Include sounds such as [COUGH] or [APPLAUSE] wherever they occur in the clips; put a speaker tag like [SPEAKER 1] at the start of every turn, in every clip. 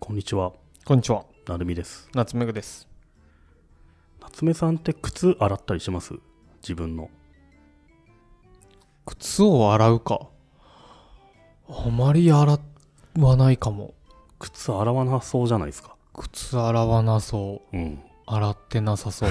[SPEAKER 1] こんにちは、
[SPEAKER 2] こんにちは、
[SPEAKER 1] なるみです。
[SPEAKER 2] 夏目ぐです。
[SPEAKER 1] 夏目さんって靴洗ったりします自分の。
[SPEAKER 2] 靴を洗うか。あまり洗わないかも。
[SPEAKER 1] 靴洗わなそうじゃないですか。
[SPEAKER 2] 靴洗わなそ
[SPEAKER 1] うん。
[SPEAKER 2] う。洗ってなさ
[SPEAKER 1] [LAUGHS]
[SPEAKER 2] そう。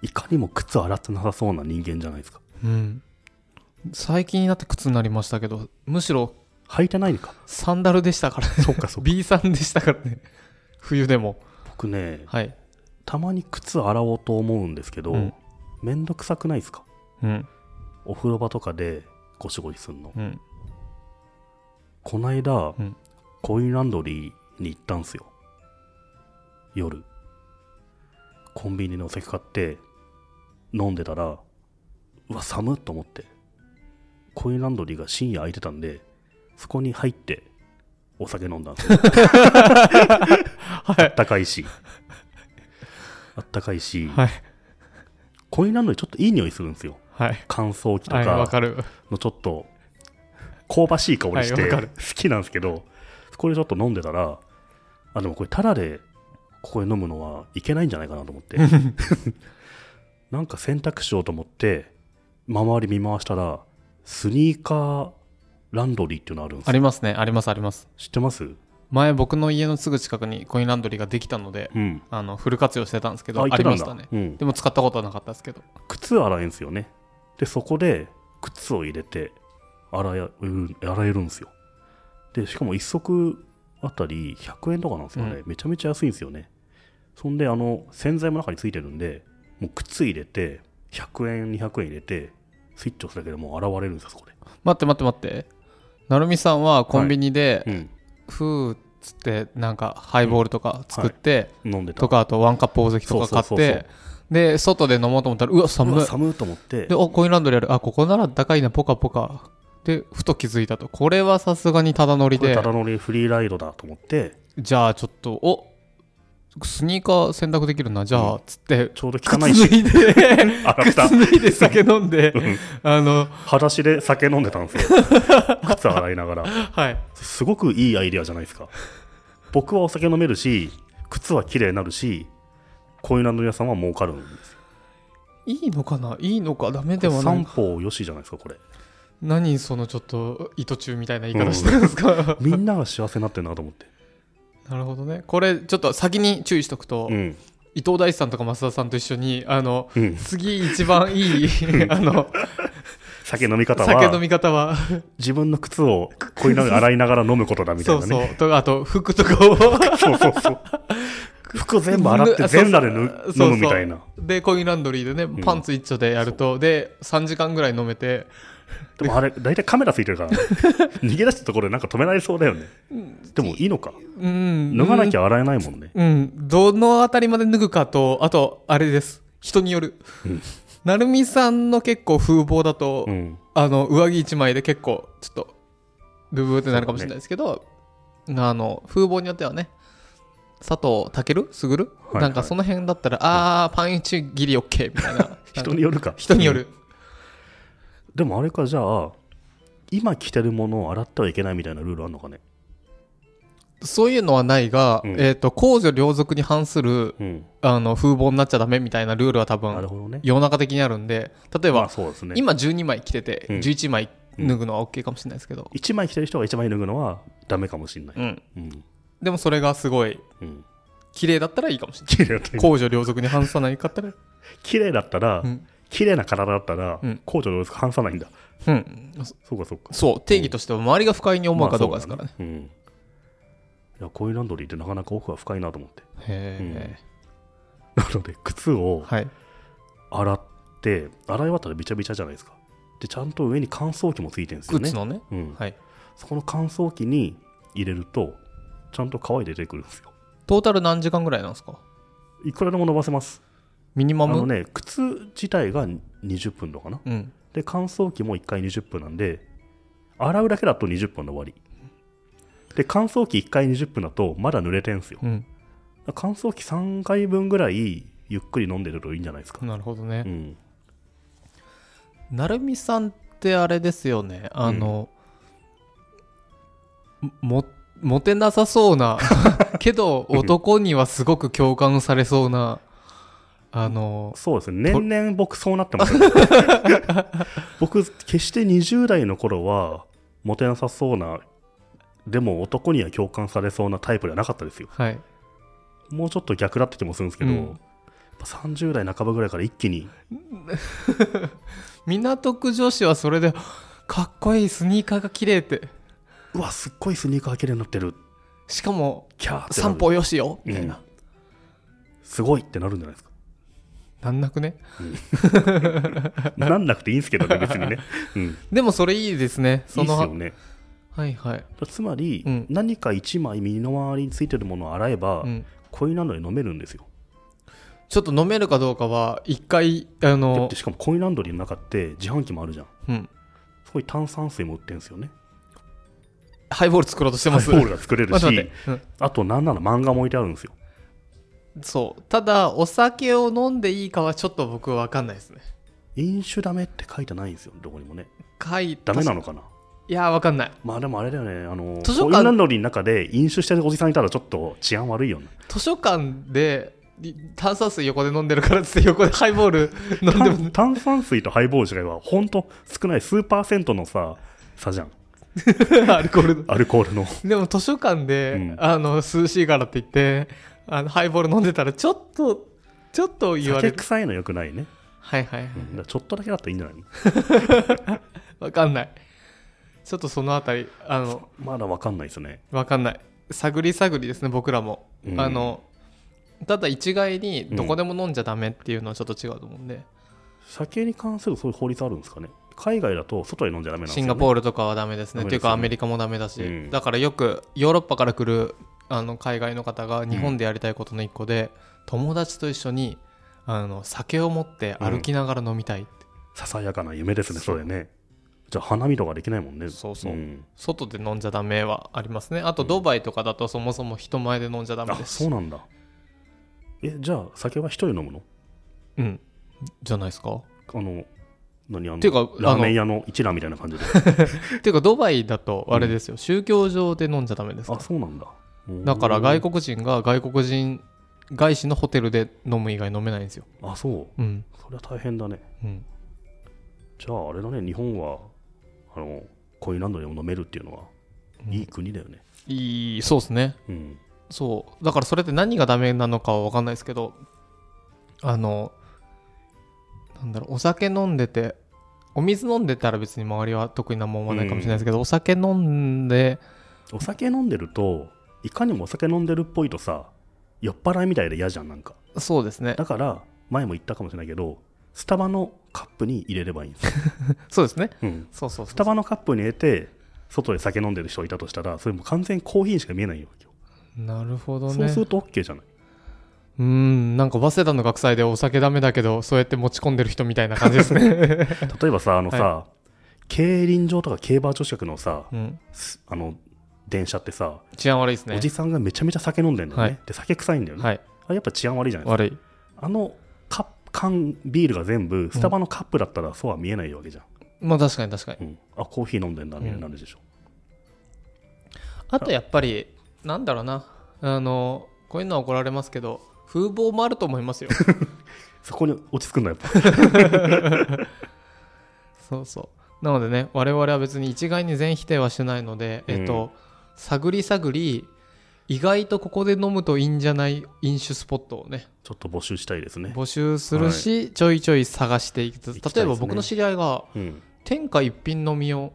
[SPEAKER 1] いかにも靴洗ってなさそうな人間じゃないですか。
[SPEAKER 2] うん。最近になって靴になりましたけど、むしろ
[SPEAKER 1] 履いてないのか。
[SPEAKER 2] サンダルでしたからね。
[SPEAKER 1] そっかそっか。
[SPEAKER 2] B さんでしたからね。冬でも。
[SPEAKER 1] 僕ね、
[SPEAKER 2] はい。
[SPEAKER 1] たまに靴洗おうと思うんですけど、
[SPEAKER 2] うん
[SPEAKER 1] めんどくさくないですか
[SPEAKER 2] うん。
[SPEAKER 1] お風呂場とかでゴシゴシすんの。
[SPEAKER 2] うん。
[SPEAKER 1] こないだ
[SPEAKER 2] うん、
[SPEAKER 1] コインランドリーに行ったんすよ。夜。コンビニのお酒買って、飲んでたら、うわ、寒っと思って。コインランドリーが深夜空いてたんで、そこに入って、お酒飲んだんですよ。あったかいし。あったかいし、
[SPEAKER 2] はい。
[SPEAKER 1] コインランドリーちょっといい匂いするんですよ。
[SPEAKER 2] はい。
[SPEAKER 1] 乾燥機と
[SPEAKER 2] はい、わ
[SPEAKER 1] か
[SPEAKER 2] かる。
[SPEAKER 1] のちょっと香ばしい香りして
[SPEAKER 2] はいわ
[SPEAKER 1] 好
[SPEAKER 2] かる
[SPEAKER 1] きなんですけど、そこでちょっと飲んでたら、あ、でもこれタダでここで飲むのはいけないんじゃないかなと思っ
[SPEAKER 2] [LAUGHS]
[SPEAKER 1] て。なんか選択しようと思って、周り見回したら、スニーカーランドリーっていうのあるんです
[SPEAKER 2] あ
[SPEAKER 1] よ。
[SPEAKER 2] りますね。あります、あります。
[SPEAKER 1] 知ってます
[SPEAKER 2] 前、僕の家のすぐ近くにコインランドリーができたので、
[SPEAKER 1] うん。
[SPEAKER 2] あのフル活用してたんですけど、
[SPEAKER 1] あ
[SPEAKER 2] あ
[SPEAKER 1] 行って
[SPEAKER 2] り
[SPEAKER 1] た
[SPEAKER 2] ま
[SPEAKER 1] ん
[SPEAKER 2] し
[SPEAKER 1] だ
[SPEAKER 2] たね。
[SPEAKER 1] うん
[SPEAKER 2] でも使ったことはなかったですけど。
[SPEAKER 1] 靴洗えんすよね。で、そこで靴を入れて洗える洗えるんですよ。で、しかも1足あたり100円とかなんですよね。めちゃめちゃ安いんですよね。そんで、あの、洗剤も中についてるんで、もう靴入れて、100円、200円入れて、スイッチ押すだけでもう洗われるんですよ、そこで。
[SPEAKER 2] 待って待って待って。なるみさんはコンビニで、
[SPEAKER 1] うん。
[SPEAKER 2] ふーっつって、なんかハイボールとか作って、
[SPEAKER 1] 飲んでた。
[SPEAKER 2] とか、あとワンカップ大関とか買って、
[SPEAKER 1] そうそうそう
[SPEAKER 2] で、外で飲もうと思ったら、うわ、
[SPEAKER 1] う
[SPEAKER 2] 寒
[SPEAKER 1] わ
[SPEAKER 2] い。
[SPEAKER 1] 寒いと思って
[SPEAKER 2] で、、お、コインランドリーある。あ、ここなら高いな、ポカポカ。で、ふと気づいたと。これはさすがにただ乗り
[SPEAKER 1] これ
[SPEAKER 2] で
[SPEAKER 1] タ、ダ乗りフリーライドだと思って、
[SPEAKER 2] じゃあちょっと、おスニーカー選択できるな、じゃあ、つって、
[SPEAKER 1] ちょうど
[SPEAKER 2] 靴
[SPEAKER 1] 汚いし、
[SPEAKER 2] 脱いで、
[SPEAKER 1] [LAUGHS] 洗っ
[SPEAKER 2] 靴
[SPEAKER 1] た。
[SPEAKER 2] 脱いで酒飲んで、あの、
[SPEAKER 1] 裸足で酒飲んでたんです
[SPEAKER 2] [LAUGHS]
[SPEAKER 1] よ。靴洗いながら。
[SPEAKER 2] はい。
[SPEAKER 1] すごくいいアイデアじゃないですか。僕はお酒飲めるし、靴は綺麗になるし、コインランドリー屋さんは儲かるんですよ。
[SPEAKER 2] いいのかないいのかダメではない
[SPEAKER 1] 三方よしじゃないですか、これ。
[SPEAKER 2] 何そのちょっと意図中みたいな言い方してるんですか、
[SPEAKER 1] みんなが幸せになってるなと思って。
[SPEAKER 2] [LAUGHS] なるほどねこれちょっと先に注意しとくと、
[SPEAKER 1] うん。
[SPEAKER 2] 伊藤大地さんとか増田さんと一緒にあの、
[SPEAKER 1] うん
[SPEAKER 2] 次一番いい [LAUGHS] あの
[SPEAKER 1] 酒飲み方
[SPEAKER 2] 酒飲
[SPEAKER 1] は、
[SPEAKER 2] み方は
[SPEAKER 1] 自分の靴をコインランドリー洗いながら飲むことだみたい
[SPEAKER 2] そう
[SPEAKER 1] な
[SPEAKER 2] そ
[SPEAKER 1] ね。
[SPEAKER 2] うとかあと服とかを [LAUGHS]
[SPEAKER 1] そうそうそう服全部洗って全裸でぬ
[SPEAKER 2] そうそう
[SPEAKER 1] 飲むみたいな。
[SPEAKER 2] でコインランドリーでねパンツ一丁でやると、で3時間ぐらい飲めて
[SPEAKER 1] でもあれ、大体カメラついてるからね。逃げ出したところでなんか止められそうだよね。でもいいのか。
[SPEAKER 2] うん
[SPEAKER 1] 脱がなきゃ洗えないもんね。
[SPEAKER 2] うん、どのあたりまで脱ぐかと、あと、あれです。人による。なるみさんの結構風貌だと、
[SPEAKER 1] うん。
[SPEAKER 2] あの、上着一枚で結構、ちょっと、ブブーってなるかもしれないですけど、あの、風貌によってはね、佐藤健すぐる、
[SPEAKER 1] いはい
[SPEAKER 2] なんかその辺だったら、あー、パンイチギリオッケーみたいな。
[SPEAKER 1] [LAUGHS] 人によるか。
[SPEAKER 2] 人による。
[SPEAKER 1] でもあれかじゃあ今着てるものを洗ってはいけないみたいなルールあるのかね
[SPEAKER 2] そういうのはないが、
[SPEAKER 1] うん
[SPEAKER 2] えっ、と、公序良俗に反する、
[SPEAKER 1] うん
[SPEAKER 2] あの、風貌になっちゃダメみたいなルールは多
[SPEAKER 1] なる
[SPEAKER 2] 分、
[SPEAKER 1] ほどね
[SPEAKER 2] 世の中的にあるんで、例えば
[SPEAKER 1] まあ、そうですね
[SPEAKER 2] 今12枚着てて
[SPEAKER 1] うん
[SPEAKER 2] 11枚脱ぐのは OK かもしれないですけど、
[SPEAKER 1] 1枚着てる人が1枚脱ぐのはダメかもしれない
[SPEAKER 2] うん、
[SPEAKER 1] うん
[SPEAKER 2] でもそれがすごい
[SPEAKER 1] うん
[SPEAKER 2] 綺麗だったらいいかも
[SPEAKER 1] [LAUGHS]
[SPEAKER 2] しれない
[SPEAKER 1] 綺麗だった
[SPEAKER 2] 公序良俗に反さないかったら
[SPEAKER 1] 綺麗だったら
[SPEAKER 2] うん、
[SPEAKER 1] 綺麗な体だったら
[SPEAKER 2] うん
[SPEAKER 1] 公序良俗反さないんだ
[SPEAKER 2] うん、
[SPEAKER 1] そうかそうか
[SPEAKER 2] そう定義としては周りが不快に思うかどうか
[SPEAKER 1] まあ
[SPEAKER 2] で
[SPEAKER 1] そ
[SPEAKER 2] すからね,、
[SPEAKER 1] だねうんいやコインランドリーってなかなか奥が深いなと思って [LAUGHS]
[SPEAKER 2] へえ、
[SPEAKER 1] なので靴を
[SPEAKER 2] はい
[SPEAKER 1] 洗って洗い終わったらびちゃびちゃじゃないですかでちゃんと上に乾燥機もついてるんですよね
[SPEAKER 2] 靴のね
[SPEAKER 1] うん
[SPEAKER 2] はい
[SPEAKER 1] そこの乾燥機に入れると、ちゃんと皮出てくるんですよ。
[SPEAKER 2] トータル何時間ぐらいなんですか
[SPEAKER 1] いくらでも伸ばせます。
[SPEAKER 2] ミニ
[SPEAKER 1] あ
[SPEAKER 2] マ
[SPEAKER 1] の
[SPEAKER 2] ム、
[SPEAKER 1] ね、靴自体が20分とかな。
[SPEAKER 2] うん
[SPEAKER 1] で、乾燥機も1回20分なんで、洗うだけだと20分の終わり。で、乾燥機1回20分だと、まだ濡れてんすよ。
[SPEAKER 2] うん
[SPEAKER 1] 乾燥機3回分ぐらい、ゆっくり飲んでるといいんじゃないですか。
[SPEAKER 2] なるほどね
[SPEAKER 1] う、ん。
[SPEAKER 2] なるみさんってあれですよねあの、もモテなさそ
[SPEAKER 1] [LAUGHS]
[SPEAKER 2] うなけど男にはすごく共感されそうなあの
[SPEAKER 1] そうですね。年々僕そうなってます、
[SPEAKER 2] [LAUGHS]
[SPEAKER 1] ね、僕、決して20代の頃は、モテなさそうな、でも男には共感されそうなタイプではなかったですよ。
[SPEAKER 2] はい
[SPEAKER 1] もうちょっと逆だった気もするんですけど、
[SPEAKER 2] うん
[SPEAKER 1] やっぱ30代半ばぐらいから一気に、
[SPEAKER 2] 港区女子はそれで [GASPS] かっこいいスニーカーが綺麗って
[SPEAKER 1] うわ、すっごいスニーカー綺麗になってる。
[SPEAKER 2] しかも
[SPEAKER 1] キャーってなる
[SPEAKER 2] 散歩よしよ
[SPEAKER 1] うん
[SPEAKER 2] みたいな、
[SPEAKER 1] すごいってなるんじゃないです
[SPEAKER 2] [LAUGHS]
[SPEAKER 1] か。
[SPEAKER 2] なんなくね
[SPEAKER 1] なんなくていいんですけどね、別にね。うん。
[SPEAKER 2] でもそれいいですね
[SPEAKER 1] い
[SPEAKER 2] [LAUGHS] そ
[SPEAKER 1] いっす
[SPEAKER 2] の
[SPEAKER 1] よね。
[SPEAKER 2] はいはい、
[SPEAKER 1] つまり、
[SPEAKER 2] うん
[SPEAKER 1] 何か一枚身の回りについてるものを洗えば、
[SPEAKER 2] うん、
[SPEAKER 1] 恋なのに飲めるんですよ。
[SPEAKER 2] ちょっと飲めるかどうかは一回あ
[SPEAKER 1] だっ
[SPEAKER 2] の
[SPEAKER 1] てしかもコインランドリーの中って自販機もあるじゃん。
[SPEAKER 2] うん
[SPEAKER 1] そこに炭酸水も売ってるんですよね。
[SPEAKER 2] ハイボール作ろうとして
[SPEAKER 1] ハ
[SPEAKER 2] ま
[SPEAKER 1] イ
[SPEAKER 2] す
[SPEAKER 1] ボールが作れる
[SPEAKER 2] [LAUGHS] 待って待っ、、
[SPEAKER 1] して
[SPEAKER 2] うん
[SPEAKER 1] あとなんなら漫画も置いてあるんですよ。
[SPEAKER 2] そうただお酒を飲んでいいかはちょっと僕は分かんないですね
[SPEAKER 1] 飲酒ダメって書いてないんですよ、どこにもね。
[SPEAKER 2] 書い
[SPEAKER 1] ダメなのかない
[SPEAKER 2] や分かんない
[SPEAKER 1] まあでもあれだよね、あの、
[SPEAKER 2] 図書
[SPEAKER 1] コイ
[SPEAKER 2] 館
[SPEAKER 1] ンランドリーの中で飲酒してるおじさんいたらちょっと治安悪いよね。
[SPEAKER 2] 図書館でい炭酸水横で飲んでるからっつって横でハイボール飲んでも
[SPEAKER 1] 炭炭酸水とハイボール違いはほんと少ない数パーセントのさ、差じゃん。
[SPEAKER 2] アルコールの
[SPEAKER 1] アルコールの。
[SPEAKER 2] でも図書館で、
[SPEAKER 1] うん
[SPEAKER 2] あの涼しいからって言ってあのハイボール飲んでたらちょっとちょっと言わ
[SPEAKER 1] 酒
[SPEAKER 2] れる
[SPEAKER 1] 臭いのよくないね。
[SPEAKER 2] はいはいはい、
[SPEAKER 1] うんだからちょっとだけだったらいいんじゃないの
[SPEAKER 2] 分かんないちょっとそのあたりあの
[SPEAKER 1] まだわかんないですね。
[SPEAKER 2] 分かんない探り探りですね僕らも、
[SPEAKER 1] うん
[SPEAKER 2] あのただ一概にどこでも飲んじゃダメっていうのはちょっと違うと思うんで、
[SPEAKER 1] 酒に関するそういう法律あるんですかね海外だと外で飲んじゃダメなんです
[SPEAKER 2] シ
[SPEAKER 1] よ、ね、
[SPEAKER 2] ンガポールとかはダメですね
[SPEAKER 1] ダメ
[SPEAKER 2] と
[SPEAKER 1] ですよね
[SPEAKER 2] いうかアメリカもダメだし、
[SPEAKER 1] うん
[SPEAKER 2] だからよくヨーロッパから来るあの海外の方が日本でやりたいことの一個で、友達と一緒にあの酒を持って歩きながら飲みたい、
[SPEAKER 1] ささやかな夢ですねそれねじゃあ花見とかできないもんね
[SPEAKER 2] そうそうん外で飲んじゃダメはありますねあとドバイとかだとそもそも人前で飲んじゃダメ
[SPEAKER 1] あ
[SPEAKER 2] ですし
[SPEAKER 1] そうなんだえじゃあ酒は一人で飲むの
[SPEAKER 2] うんじゃないですか
[SPEAKER 1] あの何あの
[SPEAKER 2] ていうか
[SPEAKER 1] ラーメン屋の一覧みたいな感じで
[SPEAKER 2] っていうかドバイだとあれですよ、宗教上で飲んじゃダメです
[SPEAKER 1] あ
[SPEAKER 2] か
[SPEAKER 1] そうなんだ
[SPEAKER 2] だから外
[SPEAKER 1] 国
[SPEAKER 2] 国人が外国人外資のホテルで飲む以外飲めないんですよ
[SPEAKER 1] あそう
[SPEAKER 2] うん
[SPEAKER 1] それは大変だね
[SPEAKER 2] うん
[SPEAKER 1] じゃああれだね日本はあのコインランドでも飲めるっていうのは、
[SPEAKER 2] うん
[SPEAKER 1] いい国だよね
[SPEAKER 2] いいそうですね
[SPEAKER 1] うん
[SPEAKER 2] そうだからそれって何がダメなのかは分かんないですけどあのなんだろうお酒飲んでてお水飲んでたら別に周りは特に何も思わないかもしれないですけど、お酒飲んで
[SPEAKER 1] お酒飲んでるといかにもお酒飲んでるっぽいとさ酔っ払いみたいで嫌じゃんなんか
[SPEAKER 2] そうですね
[SPEAKER 1] だから前も言ったかもしれないけどスタバのカップに入れればいいんですよ、
[SPEAKER 2] そうですね
[SPEAKER 1] うん
[SPEAKER 2] そうそうそ
[SPEAKER 1] ス
[SPEAKER 2] う
[SPEAKER 1] タバのカップに入れて外で酒飲んでる人いたとしたらそれもう完全にコーヒーにしか見えないよ
[SPEAKER 2] なるほど
[SPEAKER 1] そう,、
[SPEAKER 2] ね
[SPEAKER 1] すると OK じゃないう
[SPEAKER 2] ーんなんか早稲田の学祭でお酒ダメだけどそうやって持ち込んでる人みたいな感じです
[SPEAKER 1] [LAUGHS]
[SPEAKER 2] ね、
[SPEAKER 1] 例えばさあのさ、競輪場とか競馬場近くのさ
[SPEAKER 2] うん、
[SPEAKER 1] すあの電車ってさ、
[SPEAKER 2] 治安悪いですね
[SPEAKER 1] おじさんがめちゃめちゃ酒飲んでんだよね、
[SPEAKER 2] はい
[SPEAKER 1] で酒臭いんだよね、
[SPEAKER 2] はい
[SPEAKER 1] あれやっぱ治安悪いじゃないです
[SPEAKER 2] 悪い
[SPEAKER 1] かあのカップ缶ビールが全部スタバのカップだったらそうは見えないわけじゃん、
[SPEAKER 2] まあ確かに確かに
[SPEAKER 1] うんあコーヒー飲んでんだみたいになるでしょ、
[SPEAKER 2] あとやっぱりなんだろうなあのこういうのは怒られますけど風貌もあると思
[SPEAKER 1] [LAUGHS]
[SPEAKER 2] いますよ
[SPEAKER 1] そこに落ち着くんだやっぱ
[SPEAKER 2] そうそうなのでね我々は別に一概に全否定はしてないので、
[SPEAKER 1] うん
[SPEAKER 2] えっと探り探り意外とここで飲むといいんじゃない飲酒スポットをね
[SPEAKER 1] ちょっと募集したいですね。
[SPEAKER 2] 募集するし、ちょいちょい探していきつ
[SPEAKER 1] 行き
[SPEAKER 2] つ
[SPEAKER 1] たいですね
[SPEAKER 2] 例えば僕の知り合いが
[SPEAKER 1] うん、
[SPEAKER 2] 天下一品のみを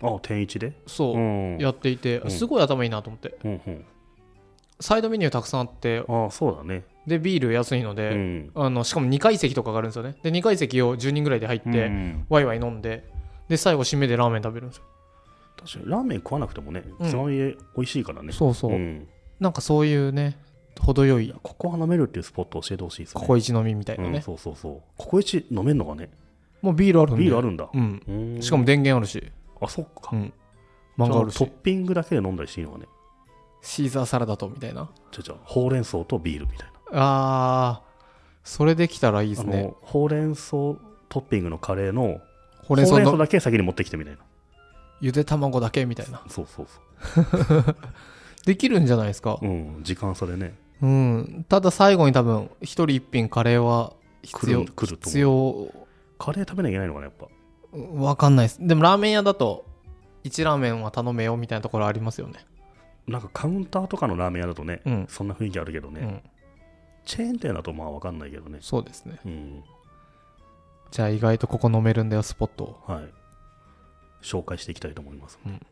[SPEAKER 1] あ、天一で。
[SPEAKER 2] そう、
[SPEAKER 1] ん
[SPEAKER 2] やっていて、
[SPEAKER 1] うん
[SPEAKER 2] すごい頭いいなと思って
[SPEAKER 1] うんうん、
[SPEAKER 2] サイドメニューたくさんあって
[SPEAKER 1] あ、そうだね。
[SPEAKER 2] でビール安いので、
[SPEAKER 1] うん。
[SPEAKER 2] あのしかも2階席とかがあるんですよねで2階席を10人ぐらいで入って、
[SPEAKER 1] うん
[SPEAKER 2] ワイワイ飲んでで最後締めでラーメン食べるんですよ
[SPEAKER 1] 確かにラーメン食わなくてもね、
[SPEAKER 2] うん
[SPEAKER 1] つまみで美味しいからね。
[SPEAKER 2] そうそうんなんかそういうね程よ
[SPEAKER 1] い
[SPEAKER 2] い
[SPEAKER 1] や、ここは飲めるっていうスポット教えてほしいですね。
[SPEAKER 2] ココイチ飲みみたいな
[SPEAKER 1] うん
[SPEAKER 2] ね、
[SPEAKER 1] そうそうそう。ここ一飲めんのがね、
[SPEAKER 2] もうビールあるんで
[SPEAKER 1] ビールあるんだ。
[SPEAKER 2] うん
[SPEAKER 1] うん
[SPEAKER 2] しかも、電源あるし、
[SPEAKER 1] あ、そっか。
[SPEAKER 2] うん、漫画ある
[SPEAKER 1] じゃあト
[SPEAKER 2] し
[SPEAKER 1] ッピングだけで飲んだりしていいのがね。
[SPEAKER 2] シーザーサラダとみたいな
[SPEAKER 1] じゃあじゃあほうれん草とビールみたいな。
[SPEAKER 2] あーそれできたらいいです
[SPEAKER 1] あ
[SPEAKER 2] ね
[SPEAKER 1] のほうれん草トッピングのカレーのほ
[SPEAKER 2] ほうれん草の
[SPEAKER 1] だけ先に持ってきてみたいな。
[SPEAKER 2] ゆで卵だけみたいな
[SPEAKER 1] そうそうそ
[SPEAKER 2] できるんじゃないですか
[SPEAKER 1] ううん時間差でね
[SPEAKER 2] うんただ最後に多分一人一品カレーは必
[SPEAKER 1] 来
[SPEAKER 2] 要
[SPEAKER 1] る来ると
[SPEAKER 2] 必
[SPEAKER 1] 思う
[SPEAKER 2] 要
[SPEAKER 1] カレー食べなきゃいけないのかなやっぱ
[SPEAKER 2] わかんないですでもラーメン屋だと1ラーメンは頼めよみたいなところありますよね
[SPEAKER 1] なんかカウンターとかのラーメン屋だとね、
[SPEAKER 2] うん
[SPEAKER 1] そんな雰囲気あるけどね、
[SPEAKER 2] うん
[SPEAKER 1] チェーン店だとまあ分かんないけどね
[SPEAKER 2] そうですね
[SPEAKER 1] うん
[SPEAKER 2] じゃあ意外とここ飲めるんだよスポットを
[SPEAKER 1] はい紹介していきたいと思います、
[SPEAKER 2] うん